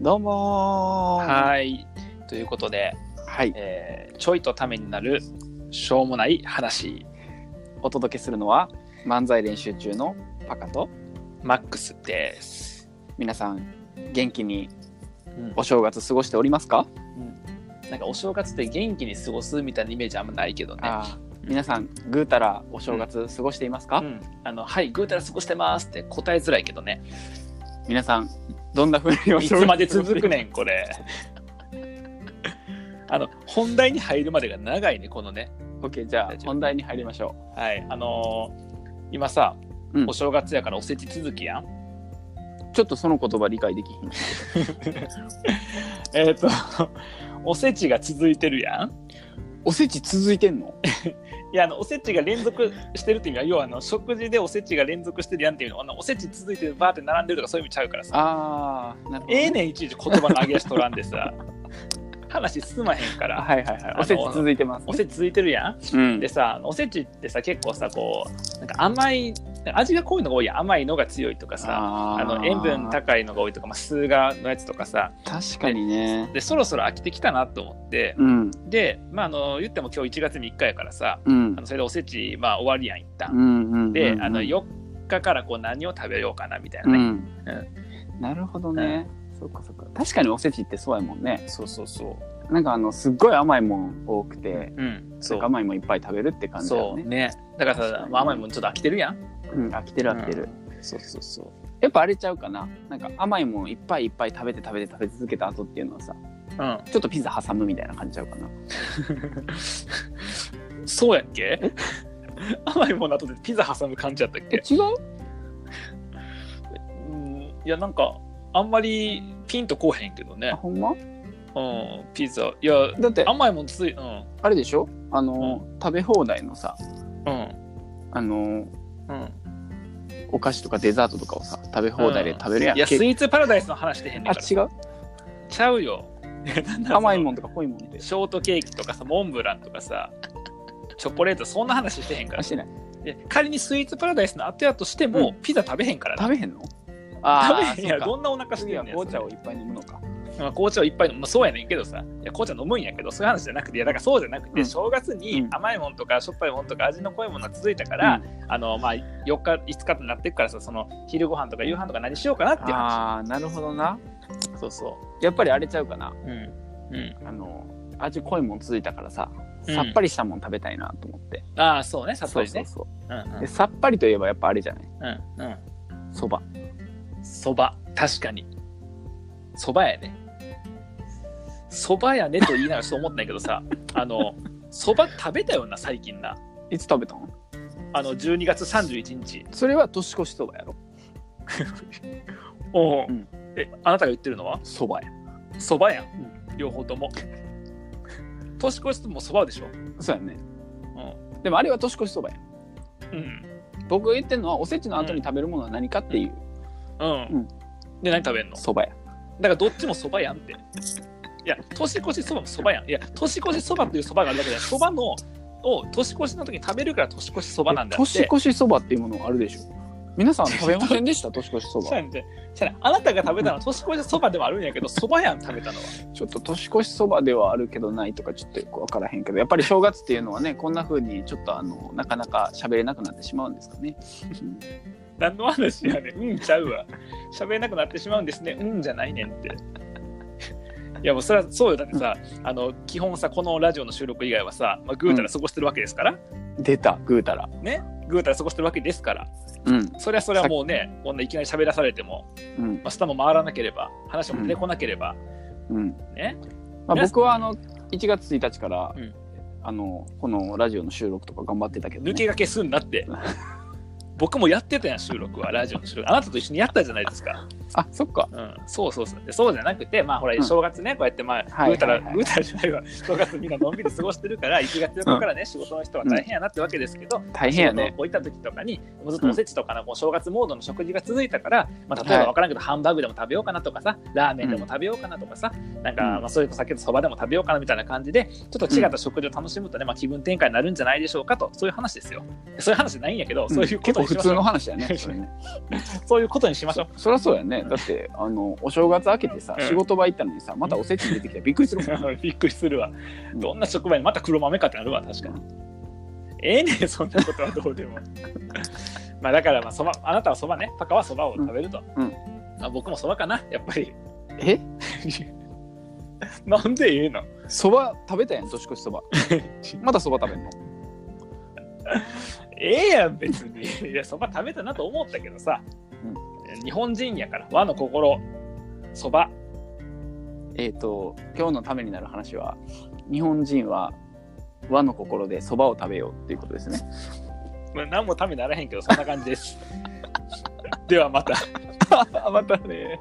どうもーはい。ということで、はいえーちょいとためになるしょうもない話、お届けするのは漫才練習中のパカとマックスです。皆さん元気にうんお正月過ごしておりますか、なんかお正月って元気に過ごすみたいなイメージあんまないけどね。あー皆さんぐうたらお正月過ごしていますか、うんあのはい、ぐうたら過ごしてますって答えづらいけどね。皆さんどんな風におい正つ月まで続くねん、これ。 あの本題に入るまでが長いね、このね。 オッケーじゃあ本題に入りましょはい、あのー今さ、うんお正月やからおせち続きやん。うちょっとその言葉理解できひんえっ、と、 おせちが続いてるやん。おせち続いてんのいやあのおせちが連続してるっていう意味は要はあの食事でおせちが連続してるやんっていうのあのおせち続いてバーって並んでるとかそういう意味ちゃうからさああなるほど、ええねんいちいち言葉の上げ足取らんでさ 話進まへんから、はいはいはいおせち続いてますおせち続いてるやうんんでさあのおせちってさ結構さこうなんか甘い味が濃いのが多いやん甘いのが強いとかさあーあの塩分高いのが多いとか、まあ、数がのやつとかさ確かにねでそろそろ飽きてきたなと思ってうんで、まあ、あの言っても今日1月3日やからさうんあのそれでおせち、まあ、終わりやん一旦う、んうんで、うんあの4日からこう何を食べようかなみたいなうね、ん、なるほどね、そっかそっか確かにおせちってそうやもんねそうそうそなんかあのすっごい甘いもん多くてううんそそうう甘いもんいっぱい食べるって感じだそようねねだから確かさにまあ甘いもんちょっと飽きてるやんうん飽きてる飽きてる、そうそうそうやっぱあれちゃうかななんか甘いもんいっぱいいっぱい食べて食べて食べ続けた後っていうのはさうちょっとピザ挟むみたいな感じちゃうかなん そうやっけ甘いもんの後でピザ挟む感じやったっえけ違ううんいやなんかあんまりピンとこうへんけどあねほんまうんピザいやだってあ甘いもんついうんれでしょあの、食べ放題のさうんあのうんお菓子とかデザートとかをさ食べ放題で食べるやん、いやけスイーツパラダイスの話してへんねんあから違うちゃうよ甘いんもんとか濃いもんってショートケーキとかさモンブランとかさチョコレートそんな話してへんからあしてないで仮にスイーツパラダイスの後やとしても、うピザ食べへんからな食べへんの食べへんやどんなお腹して次るはんねん紅茶そをいっぱい飲むのか。れまあ紅茶をいっぱい飲む、まあ、そうやねんけどさいや紅茶飲むんやけどそういう話じゃなくていやだからそうじゃなくて、うん正月にうん甘いもんとかしょっぱいもんとか味の濃いものが続いたから、あのまあ、4日5日となってくからさその昼ご飯とか夕飯とか何しようかなっていう話ああ、なるほどな。そうそやっぱりあれちゃうかな。ううん、うあの味濃いもん続いたからさ、うんさっぱりしたもん食べたいなと思って。ん、ああそうねさっぱりそうねそううんそうでさっぱりといえばやっぱあれじゃない。うんうんうそば。んそば確かにそばやねそばやねと言いながらそう思ったんやけどさあのそば食べたよな最近ないつ食べたの？あの12月31日。それは年越しそばやろ。おうんえあなたが言ってるのはそばや。そばやん、両方とも。年越しともそばでしょ。そうやね。うでもあれは年越しそばや。ん。うん。僕が言ってるのはおせちの後に食べるものは何かっていううん。うんで、何食べんのだかそばや。らどっちもそばやんって。いや、年越しそばもそばやん。いや、年越しそばというそばがあるだけで、そばのを年越しの時に食べるから年越しそばなんだって。年越しそばっていうものがあるでしょ。皆さん食べませんで した年越しそそうばや。ねんてそうやねんあなたが食べたのは年越しそばでもあるんやけど、そばやん食べたのは。ちょっと年越しそばではあるけどないとかちょっとよく分からへんけどやっぱり正月っていうのはねこんな風にちょっとあのなかなか喋れなくなってしまうんですかね。うん何の話やねん、うんちゃうわ。喋れなくなってしまうんですね、うんじゃないねんって。いやもうそれはそうよ、だってさ、あの基本さ、このラジオの収録以外はさ、まあ、ぐうたら過ごしてるわけですから、出たぐうたら。ね、ぐうたら過ごしてるわけですから、うんそれはそれはもうね、こんないきなり喋らされても、うんまあ、下も回らなければ、話も出てこなければ、うん。ね、まあ、僕はあの1月1日から、うんあのこのラジオの収録とか頑張ってたけど、抜ね、け駆けすんなって。僕もやってたやん、収録は、ラジオの収録。あなたと一緒にやったじゃないですか。あそっか。うん、そうそうそうでそうじゃなくてまあほらうん正月ね、こうやってまあはいぐうたらはいはいぐうたらじゃないわ正月みんなのんびり過ごしてるから 1月4日からね、仕事の人は大変やなってわけですけど、大変仕や事をね。置いた時とかにもうずっとおせちとかのこう正月モードの食事が続いたから、まあ、例えばはい分からんけど、ハンバーグでも食べようかなとかさラーメンでも食べようかなとかさ、なんかうんまあそれと先ほどそばでも食べようかなみたいな感じでちょっと違った食事を楽しむとね、まあ、気分転換になるんじゃないでしょうかとそういう話ですよそういう話じゃないんやけど、うんそういうことにし普まし通ょのう。話だね。それねそういうことにしましょう。そりゃそうやね。だって、あの、お正月明けてさ、うん仕事場行ったのにさ、またおせち出てきたらびっくりするもん。 びっくりするわ。うんどんな職場にまた黒豆かってなるわ、確かに。ええねんそんなことはどうでも。 まあだから、まあ、そば、あなたはそばね、パカはそばを食べると。うんうんまあ、僕もそばかな、やっぱり。 えなんで言うのそば食べたやん、年越し そば。まだそば食べんのええやん、別に。いや、そば食べたなと思ったけどさ。日本人やから、和の心、そば。えっ、と、今日のためになる話は、日本人は和の心でそばを食べようっていうことですね。まあ、何 もためにならへんけど、そんな感じです。ではまた。またね。